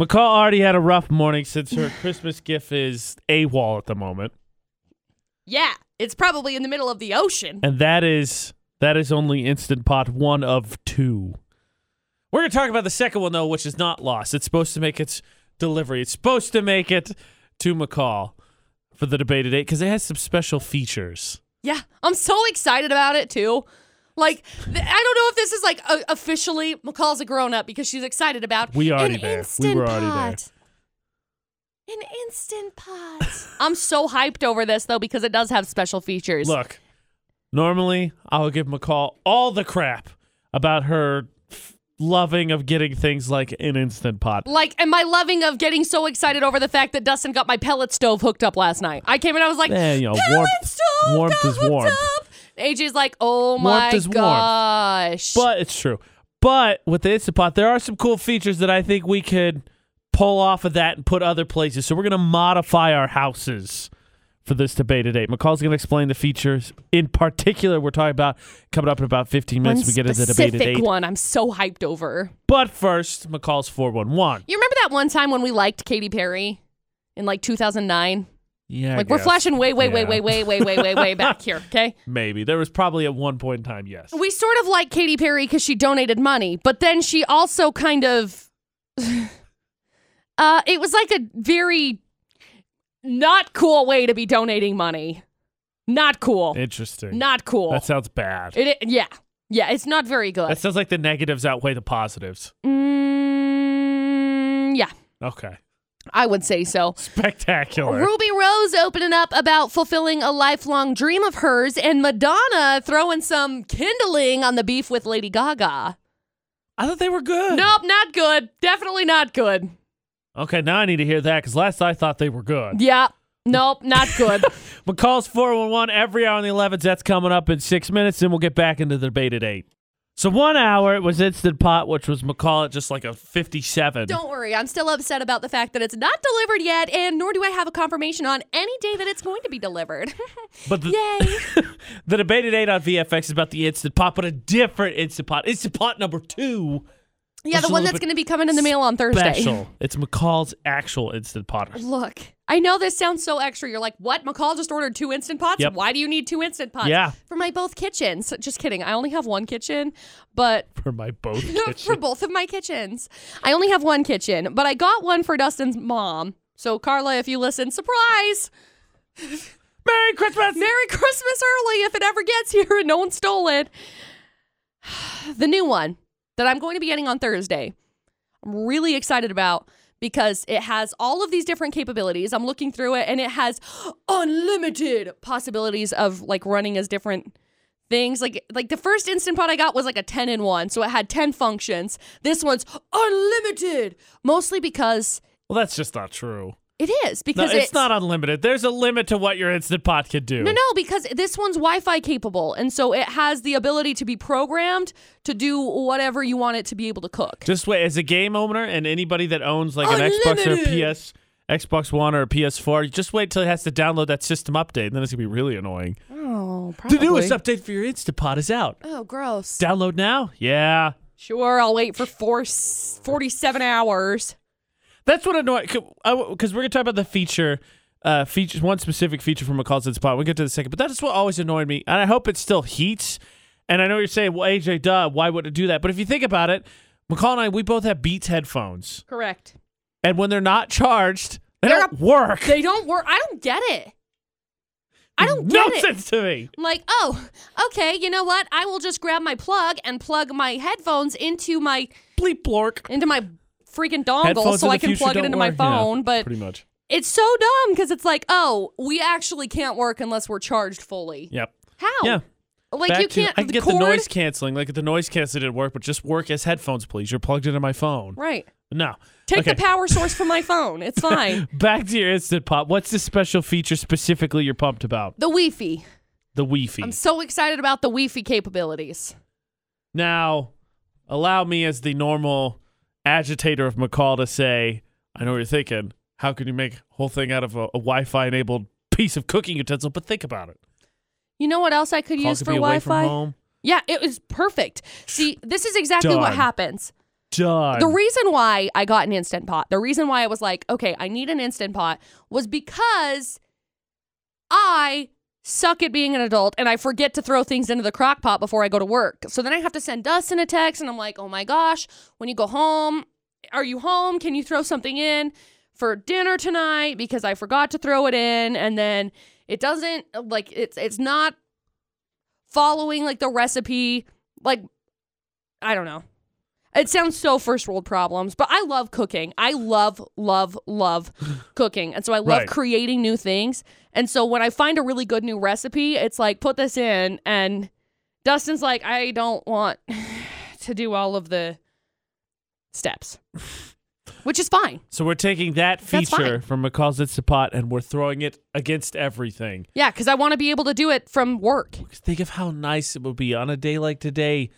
McCall already had a rough morning since her Christmas gift is AWOL at the moment. Yeah, it's probably in the middle of the ocean. And that is that is only Instant Pot one of two. We're gonna talk about the second one though, which is not lost. It's supposed to make its delivery. It's supposed to make it to McCall for the debate today because it has some special features. Yeah, I'm so excited about it too. Like, th- I don't know if this is like o officially McCall's a grown up because she's excited about We already an there. We instant were already there. pot. An instant pot. I'm so hyped over this though because it does have special features. Look, normally I would give McCall all the crap about her f- loving of getting things like an instant pot. Like, and my loving of getting so excited over the fact that Dustin got my pellet stove hooked up last night. I came in, I was like, Eh, you know, pellet warmth- stove warmth got is hooked warmth. Up. AJ's like, oh my is warmth. gosh. But it's true. But with the Instant Pot, there are some cool features that I think we could pull off of that and put other places. So we're going to modify our houses for this debate today. McCall's going to explain the features in particular we're talking about coming up in about 15 one minutes. we get into the debate at specific 8. one I'm so hyped over. But first, McCall's 411. You remember that one time when we liked Katy Perry in like 2009? Yeah. I Like we're guess. flashing way, way, way, Yeah. way, way, way, way, way, way back here. Okay. Maybe. There was probably at one point in time, yes. We sort of like Katy Perry because she donated money, but then she also kind of. uh, it was like a very not cool way to be donating money. Not cool. Interesting. not cool. That sounds bad. it, i- yeah. Yeah. It's not very good. That sounds like the negatives outweigh the positives. mm, yeah. Okay. I would say so. Spectacular. Ruby Rose opening up about fulfilling a lifelong dream of hers, and Madonna throwing some kindling on the beef with Lady Gaga. I thought they were good. Nope, not good. Definitely not good. Okay, now I need to hear that because last I thought they were good. Yeah. Nope, not good. McCall's 411 every hour on the 11th. That's coming up in six minutes, and we'll get back into the debate at 8. So one hour, it was Instant Pot, which was McCall at just like a 57. Don't worry, I'm still upset about the fact that it's not delivered yet, and nor do I have a confirmation on any day that it's going to be delivered. but the, Yay. the debate at 8 on VFX is about the Instant Pot, but a different Instant Pot. Instant Pot number two. Yeah, Just a the one little that's bit going to be coming in the mail on Thursday. Special. It's McCall's actual Instant Pot. Look, I know this sounds so extra. You're like, what? McCall just ordered two instant pots. Yep. Why do you need two instant pots? Yeah. For my both kitchens. Just kidding. I only have one kitchen, but For my boat for kitchen. both of my kitchens, I only have one kitchen, but I got one for Dustin's mom. So, Carla, if you listen, surprise! Merry Christmas! Merry Christmas early if it ever gets here and no one stole it. The new one that I'm going to be getting on Thursday, I'm really excited about because it has all of these different capabilities. I'm looking through it and it has unlimited possibilities of like running as different things. Like like the first instant pot I got was like a 10 in 1, so it had 10 functions. This one's unlimited, mostly because Well, that's just not true. it is No, because it's, not unlimited. There's a limit to what your Instant Pot can do. No, no, because this one's Wi Fi capable. And so it has the ability to be programmed to do whatever you want it to be able to cook. Just wait, as a game owner and anybody that owns like an Xbox or a Unlimited. PS, Xbox One or a PS4, just wait till it has to download that system update, and then it's gonna be really annoying. Oh, probably. The newest update for your Instapot is out. Oh, gross. Download now. Yeah, Sure, I'll wait for four, s- 47 hours. that's what annoying. Because we're gonna talk about the feature. Uh, features one specific feature from McCall's Instapot. We'll get to the second, but that's what always annoyed me, and I hope it still heats. And I know you're saying, well, AJ, duh, why would it do that? But if you think about it, McCall and I, we both have Beats headphones, Correct. and when they're not charged, they They're don't work. They don't work. I don't get it. I don't no get it. sense to me. I'm like, oh, okay, you know what? I will just grab my plug and plug my headphones into my Bleep blork. into my freaking dongle Headphones so of the I can future plug it don't into my work. Yeah, phone. but pretty much. It's so dumb because it's like, oh, we actually can't work unless we're charged fully. Yep. How? Yeah. Like Back you to- can't. I can get cord- the noise canceling. Like the noise canceling didn't work, but just work as headphones, please. You're plugged into my phone. Right. No. Take okay. the power source from my phone. It's fine. Back to your instant pop. What's the special feature specifically you're pumped about? the Wi-Fi. The Wi-Fi. I'm so excited about the Wi-Fi capabilities. now, allow me as the normal agitator of McCall to say, I know what you're thinking. How can you make a whole thing out of a, a Wi-Fi enabled piece of cooking utensil? But think about it. You know what else I could Call use could for be away from Wi-Fi? home. Yeah, it was perfect. See, this is exactly what Done. happens. done. The reason why I got an instant pot, the reason why I was like, okay, I need an instant pot was because I suck at being an adult and I forget to throw things into the crock pot before I go to work. So then I have to send Dustin a text and I'm like, oh my gosh, when you go home, are you home? Can you throw something in for dinner tonight? Because I forgot to throw it in. And then it doesn't like it's it's not following like the recipe. Like I don't know. It sounds so first world problems, but I love cooking. I love, love, love cooking. And so I love Right. creating new things. And so when I find a really good new recipe, it's like, put this in. And Dustin's like, I don't want to do all of the steps, which is fine. so we're taking that That's fine. feature from McCall's It's a Pot and we're throwing it against everything. Yeah, because I want to be able to do it from work. Think of how nice it would be on a day like today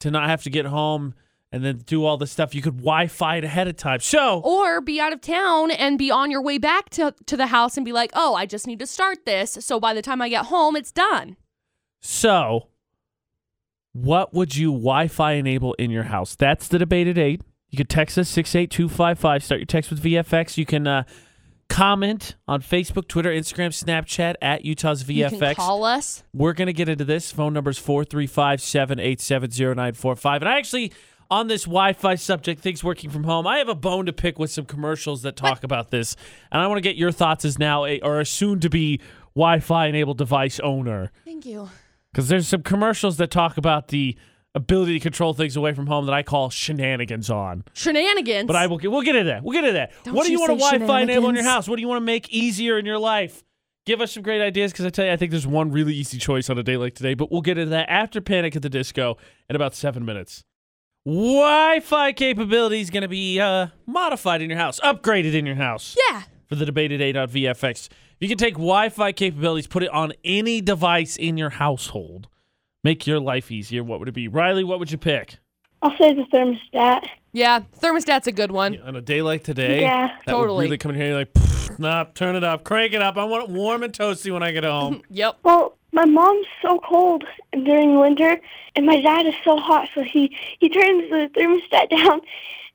to not have to get home and then do all the stuff. You could Wi Fi it ahead of time. So Or be out of town and be on your way back to, to the house and be like, oh, I just need to start this. So by the time I get home, it's done. So, what would you Wi Fi enable in your house? That's the debate at 8. You could text us 68255. Start your text with VFX. You can uh, comment on Facebook, Twitter, Instagram, Snapchat at Utah's VFX. You can call us. We're going to get into this. Phone number's 435 787 0945. And I actually, on this Wi Fi subject, things working from home, I have a bone to pick with some commercials that talk about this. And I want to get your thoughts as now a, or a soon to be Wi Fi enabled device owner. Thank you. Because there's some commercials that talk about the ability to control things away from home that I call shenanigans on. Shenanigans. But I will get, we'll get into that. We'll get into that. Don't what do you you, want say to Wi-Fi enable in your shenanigans. house? What do you want to make easier in your life? Give us some great ideas because I tell you, I think there's one really easy choice on a day like today. But we'll get into that after Panic at the Disco in about seven minutes. Wi-Fi capability is going to be uh, modified in your house, upgraded in your house yeah. for the debated 8 on VFX. You can take Wi-Fi capabilities, put it on any device in your household, make your life easier. What would it be, Riley? What would you pick I'll say the thermostat. Yeah. Thermostat's a good one. on a day like today? Yeah. that Totally. Would really come in here, you're like, "Pfft, nah, turn it up, crank it up. I want it warm and toasty when I get home. Yep. Well, my mom's so cold during winter, and my dad is so hot, so he he turns the thermostat down,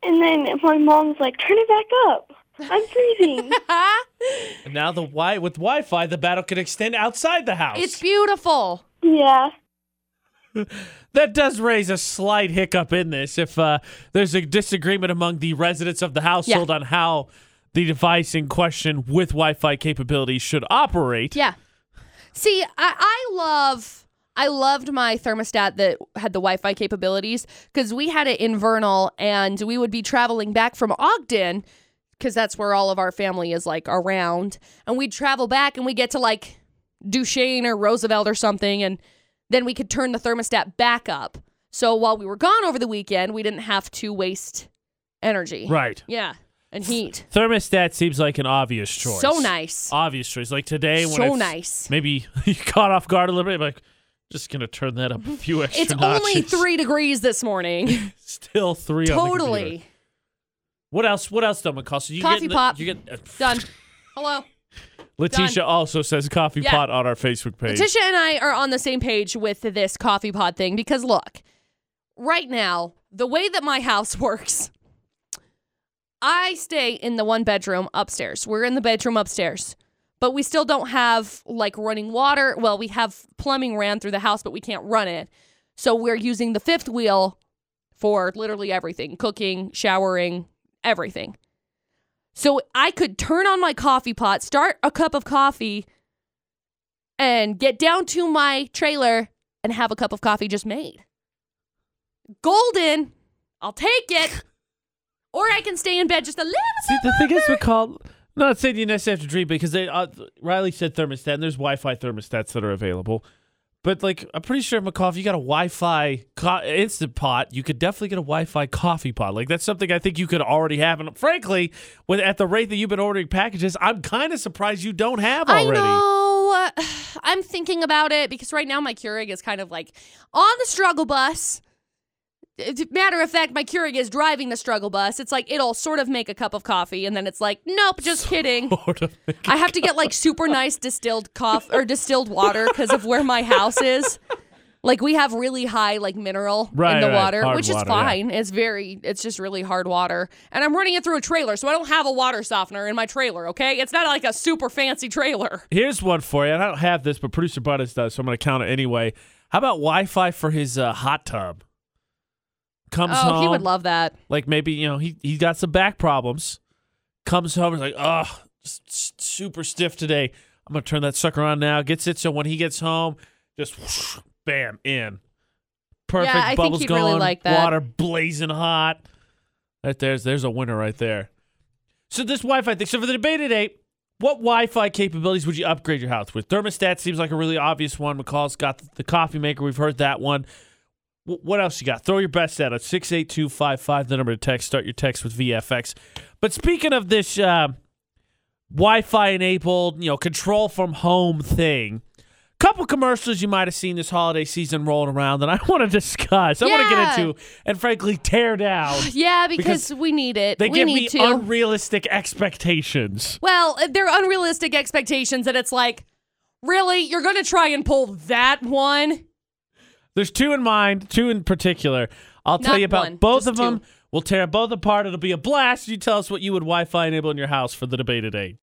and then my mom's like, "Turn it back up. I'm freezing." and now the wi with Wi-Fi, the battle can extend outside the house. it's beautiful. yeah. that does raise a slight hiccup in this if uh, there's a disagreement among the residents of the household on how the device in question with Wi-Fi capabilities should operate. Yeah. See, I, I love I loved my thermostat that had the Wi-Fi capabilities because we had it invernal and we would be traveling back from Ogden because that's where all of our family is like around, and we'd travel back and we get to like Duchesne or Roosevelt or something, and then we could turn the thermostat back up. So while we were gone over the weekend, we didn't have to waste energy. Right. Yeah, and heat. Thermostat seems like an obvious choice. So nice. Obvious choice. Like today when So it's- nice. Maybe you caught off guard a little bit. Like, just gonna turn that up a few extra. It's only notches. three degrees this morning. Still three. on the computer. Totally. What else? What else, Dumb McCall? So you Coffee get, the- pot. You get. Uh, Done. Hello. Letitia also says coffee Yeah. pot on our Facebook page. Letitia and I are on the same page with this coffee pod thing because look, right now, the way that my house works, I stay in the one bedroom upstairs. We're in the bedroom upstairs. But we still don't have like running water. Well, we have plumbing ran through the house, but we can't run it. So we're using the fifth wheel for literally everything cooking, showering, everything. So I could turn on my coffee pot, start a cup of coffee, and get down to my trailer and have a cup of coffee just made. Golden, I'll take it. Or I can stay in bed just a little See, bit. the thing is, McCall. Not saying you necessarily have to dream because they, uh, Riley said thermostat, and there's Wi-Fi thermostats that are available. But like, I'm pretty sure McCall, if you got a Wi-Fi co- instant pot, you could definitely get a Wi-Fi coffee pot. Like that's something I think you could already have. And frankly, with at the rate that you've been ordering packages, I'm kind of surprised you don't have already. I know. I'm thinking about it because right now my Keurig is kind of like on the struggle bus. As a Matter of fact, my Keurig is driving the struggle bus. It's like it'll sort of make a cup of coffee, and then it's like, nope, just kidding. Sort of. I have to get like super nice distilled coffee or distilled water because of where my house is. Like we have really high like mineral Right, in the right. water, Hard which is water, yeah. fine. It's very it's just really hard water. And I'm running it through a trailer, so I don't have a water softener in my trailer, okay? It's not like a super fancy trailer. Here's one for you. And I don't have this, but producer Butters does, so I'm going to count it anyway. How about Wi-Fi for his uh, hot tub? Comes oh, home, he would love that. like maybe you know he he got some back problems. Comes home, is like, oh, s- s- super stiff today. I'm going to turn that sucker on now. Gets it. So when he gets home, just whoosh, bam in. Perfect I think bubbles he'd going, really like that. water blazing hot. Right there's there's a winner right there. So this Wi-Fi thing. So for the debate today, what Wi-Fi capabilities would you upgrade your house with? Thermostat seems like a really obvious one. McCall's got the, the coffee maker. We've heard that one. Wh- what else you got? Throw your best at us. Six eight two five five. The number to text. Start your text with VFX. But speaking of this uh, Wi-Fi enabled, you know, control from home thing. Couple commercials you might have seen this holiday season rolling around that I want to discuss. I want to Yeah. get into and frankly tear down. Yeah, because, Because we need it. They we give need me to. unrealistic expectations. Well, uh, they're unrealistic expectations, and it's like, really, you're gonna try and pull that one? There's two in mind, two in particular. I'll tell Not you about one, both just of them. two. We'll tear both apart. It'll be a blast. You tell us what you would Wi-Fi enable in your house for the debate today.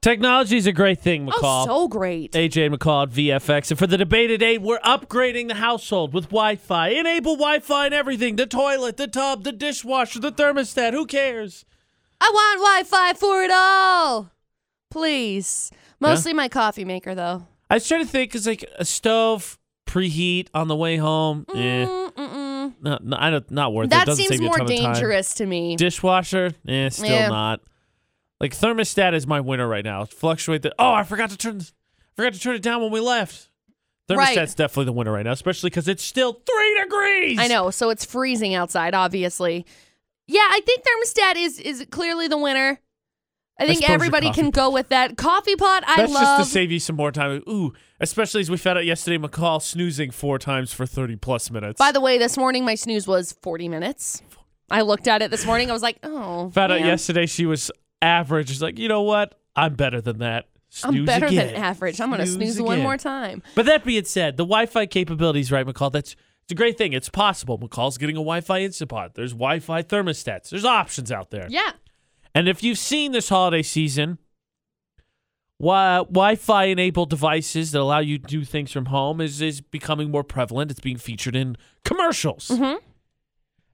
Technology is a great thing, Oh, McCall. so great. AJ and McCall at VFX. And for the debate today, we're upgrading the household with Wi Fi. Enable Wi Fi and everything the toilet, the tub, the dishwasher, the thermostat. Who cares? I want Wi-Fi for it all, please. Mostly my coffee maker, though. I was trying to think because, like, a stove, preheat on the way home. Eh, Mm, mm-mm. not, not, I don't- not worth it. That Doesn't seems save you a more ton of time. dangerous to me. Dishwasher, eh, still Yeah. not. Like thermostat is my winner right now. Fluctuate the. Oh, I forgot to turn. Forgot to turn it down when we left. Thermostat's Right. definitely the winner right now, especially because it's still three degrees. I know, so it's freezing outside, obviously. Yeah, I think thermostat is is clearly the winner. I think suppose your everybody coffee can go with that. Coffee pot, I That's love. just to save you some more time. Ooh, especially as we found out yesterday, McCall snoozing four times for thirty plus minutes. By the way, this morning my snooze was 40 minutes. I looked at it this morning. I was like, oh. found out man, yesterday she was average. She's like, you know what? I'm better than that. I'm Snooze better again. than average. I'm going to snooze, one again. more time. But that being said, the Wi-Fi capabilities, right, McCall? That's it's a great thing. It's possible. McCall's getting a Wi-Fi Instapot. There's Wi-Fi thermostats. There's options out there. Yeah. And if you've seen this holiday season, wi- Wi-Fi enabled devices that allow you to do things from home is is becoming more prevalent. It's being featured in commercials. Mhm.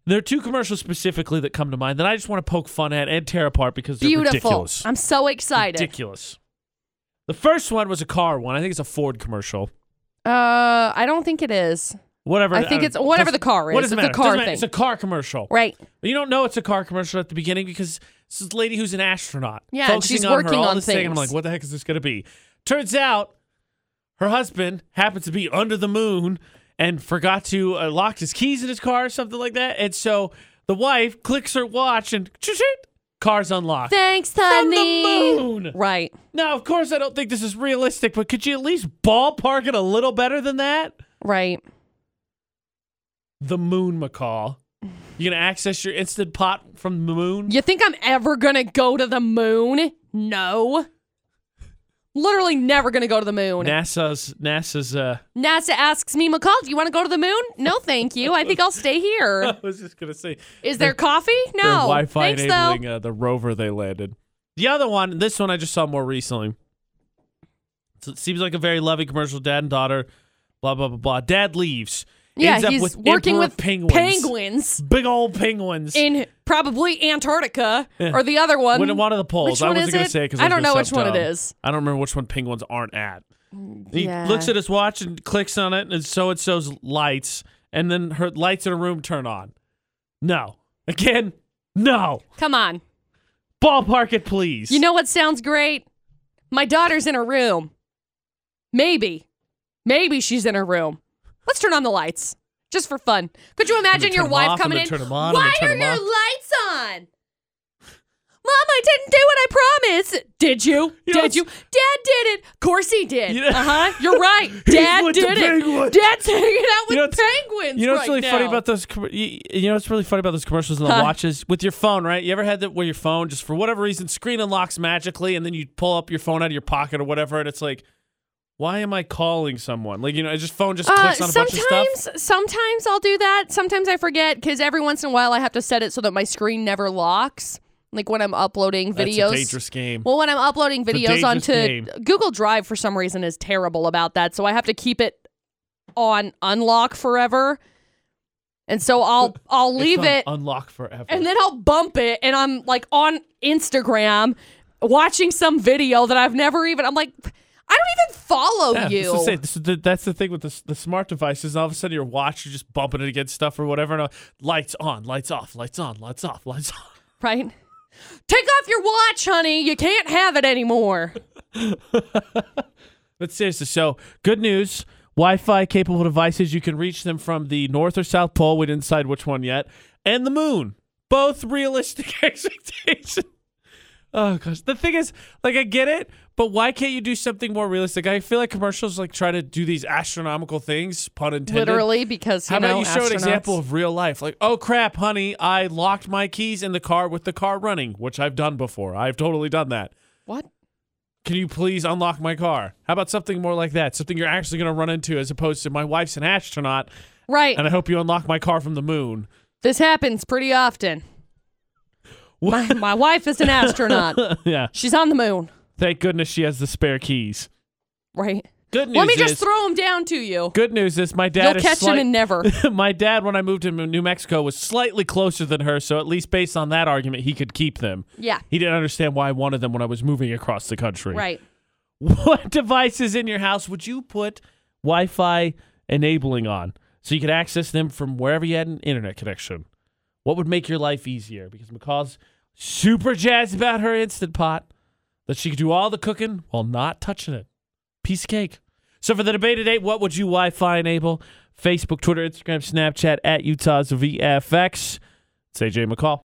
There are two commercials specifically that come to mind that I just want to poke fun at and tear apart because they're Beautiful. ridiculous. I'm so excited. ridiculous. The first one was a car one. I think it's a Ford commercial. Uh, I don't think it is. Whatever. I think don't- it's- whatever the car What is, does it it's a matter? car Doesn't matter. thing. It's a car commercial. Right. You don't know it's a car commercial at the beginning because it's this lady who's an astronaut. Yeah, and focusing she's on her working all on this thing, and I'm things. like, what the heck is this going to be? Turns out her husband happens to be under the moon and forgot to uh, lock his keys in his car or something like that. And so the wife clicks her watch and car's unlocked. Thanks, From honey. the moon. Right. Now, of course, I don't think this is realistic, but could you at least ballpark it a little better than that? Right. The moon, McCall. You gonna access your instant pot from the moon? You think I'm ever gonna go to the moon? No. Literally never gonna go to the moon. NASA's NASA's uh NASA asks me, McCall, do you want to go to the moon? No, thank you. I think I'll stay I here. was just gonna say Is there coffee? No. their Wi-Fi Thanks, enabling though. uh, the rover they landed. The other one, this one I just saw more recently. So it seems like a very loving commercial. Dad and daughter, blah blah blah blah. Dad leaves. ends Yeah, up he's with working emperor with penguins. penguins Big old penguins. in probably Antarctica or the other one. When one of the polls, I Um, Which one wasn't is gonna it? say because I don't know which one it is. I don't remember which one penguins aren't at. He yeah. looks at his watch and clicks on it, and so and so's lights, and then her lights in her room turn on. No, again, no. Come on. Ballpark it, please. You know what sounds great? My daughter's in her room. Maybe. Maybe she's in her room. Let's turn on the lights just for fun. Could you imagine turn your them wife off, I'm coming gonna in? turn them on, I'm Why gonna turn are them your off." lights on? Mom, I didn't do what I promised. Did you? You know, did you? Dad did it. Of course he did. You know- uh huh. You're right. Dad with the did penguins. it. Dad's hanging out with You know what's- penguins. You know what's right really now. funny about those? com- You, you know what's really funny about those commercials and the Huh. watches with your phone, right? You ever had that where your phone just for whatever reason screen unlocks magically, and then you pull up your phone out of your pocket or whatever, and it's like, why am I calling someone? Like you know, I just phone just Uh, clicks on a bunch of stuff. sometimes, sometimes I'll do that. Sometimes I forget because every once in a while I have to set it so that my screen never locks. Like when I'm uploading That's videos. a dangerous game. Well, when I'm uploading a videos dangerous onto game. Google Drive, for some reason, is terrible about that. So I have to keep it on unlock forever, and so I'll I'll It's leave on it, Unlock forever. and then I'll bump it, and I'm like on Instagram watching some video that I've never even. I'm like, I don't even follow yeah, you. This is it. This is the, that's the thing with the, s- the smart devices. All of a sudden, your watch, you're just bumping it against stuff or whatever. And uh, lights on, lights off, lights on, lights off, lights off. right? Take off your watch, honey. You can't have it anymore. But seriously, so good news. Wi-Fi capable devices, you can reach them from the North or South Pole. We didn't decide which one yet. And the moon. Both realistic expectations. Oh gosh. The thing is, like I get it, but why can't you do something more realistic? I feel like commercials like try to do these astronomical things, pun intended. Literally, because you How about know, you show an astronauts- example of real life? Like, oh crap, honey, I locked my keys in the car with the car running, which I've done before. I've totally done that. what? Can you please unlock my car? How about something more like that? Something you're actually going to run into as opposed to my wife's an astronaut Right. and I hope you unlock my car from the moon. This happens pretty often. What? My, my wife is an astronaut. yeah. She's on the moon, Thank goodness she has the spare keys. right? Good news Let me is just throw them down to you. good news is my dad You'll is catch them slight- and never. my dad when I moved to New Mexico was slightly closer than her, so at least based on that argument he could keep them. Yeah, He didn't understand why I wanted them when I was moving across the country. right. What devices in your house would you put Wi Fi enabling on so you could access them from wherever you had an internet connection? What would make your life easier? Because McCall's super jazzed about her Instant Pot that she could do all the cooking while not touching it. Piece of cake. So for the debate today, what would you Wi Fi enable? Facebook, Twitter, Instagram, Snapchat at Utah's VFX. It's AJ McCall.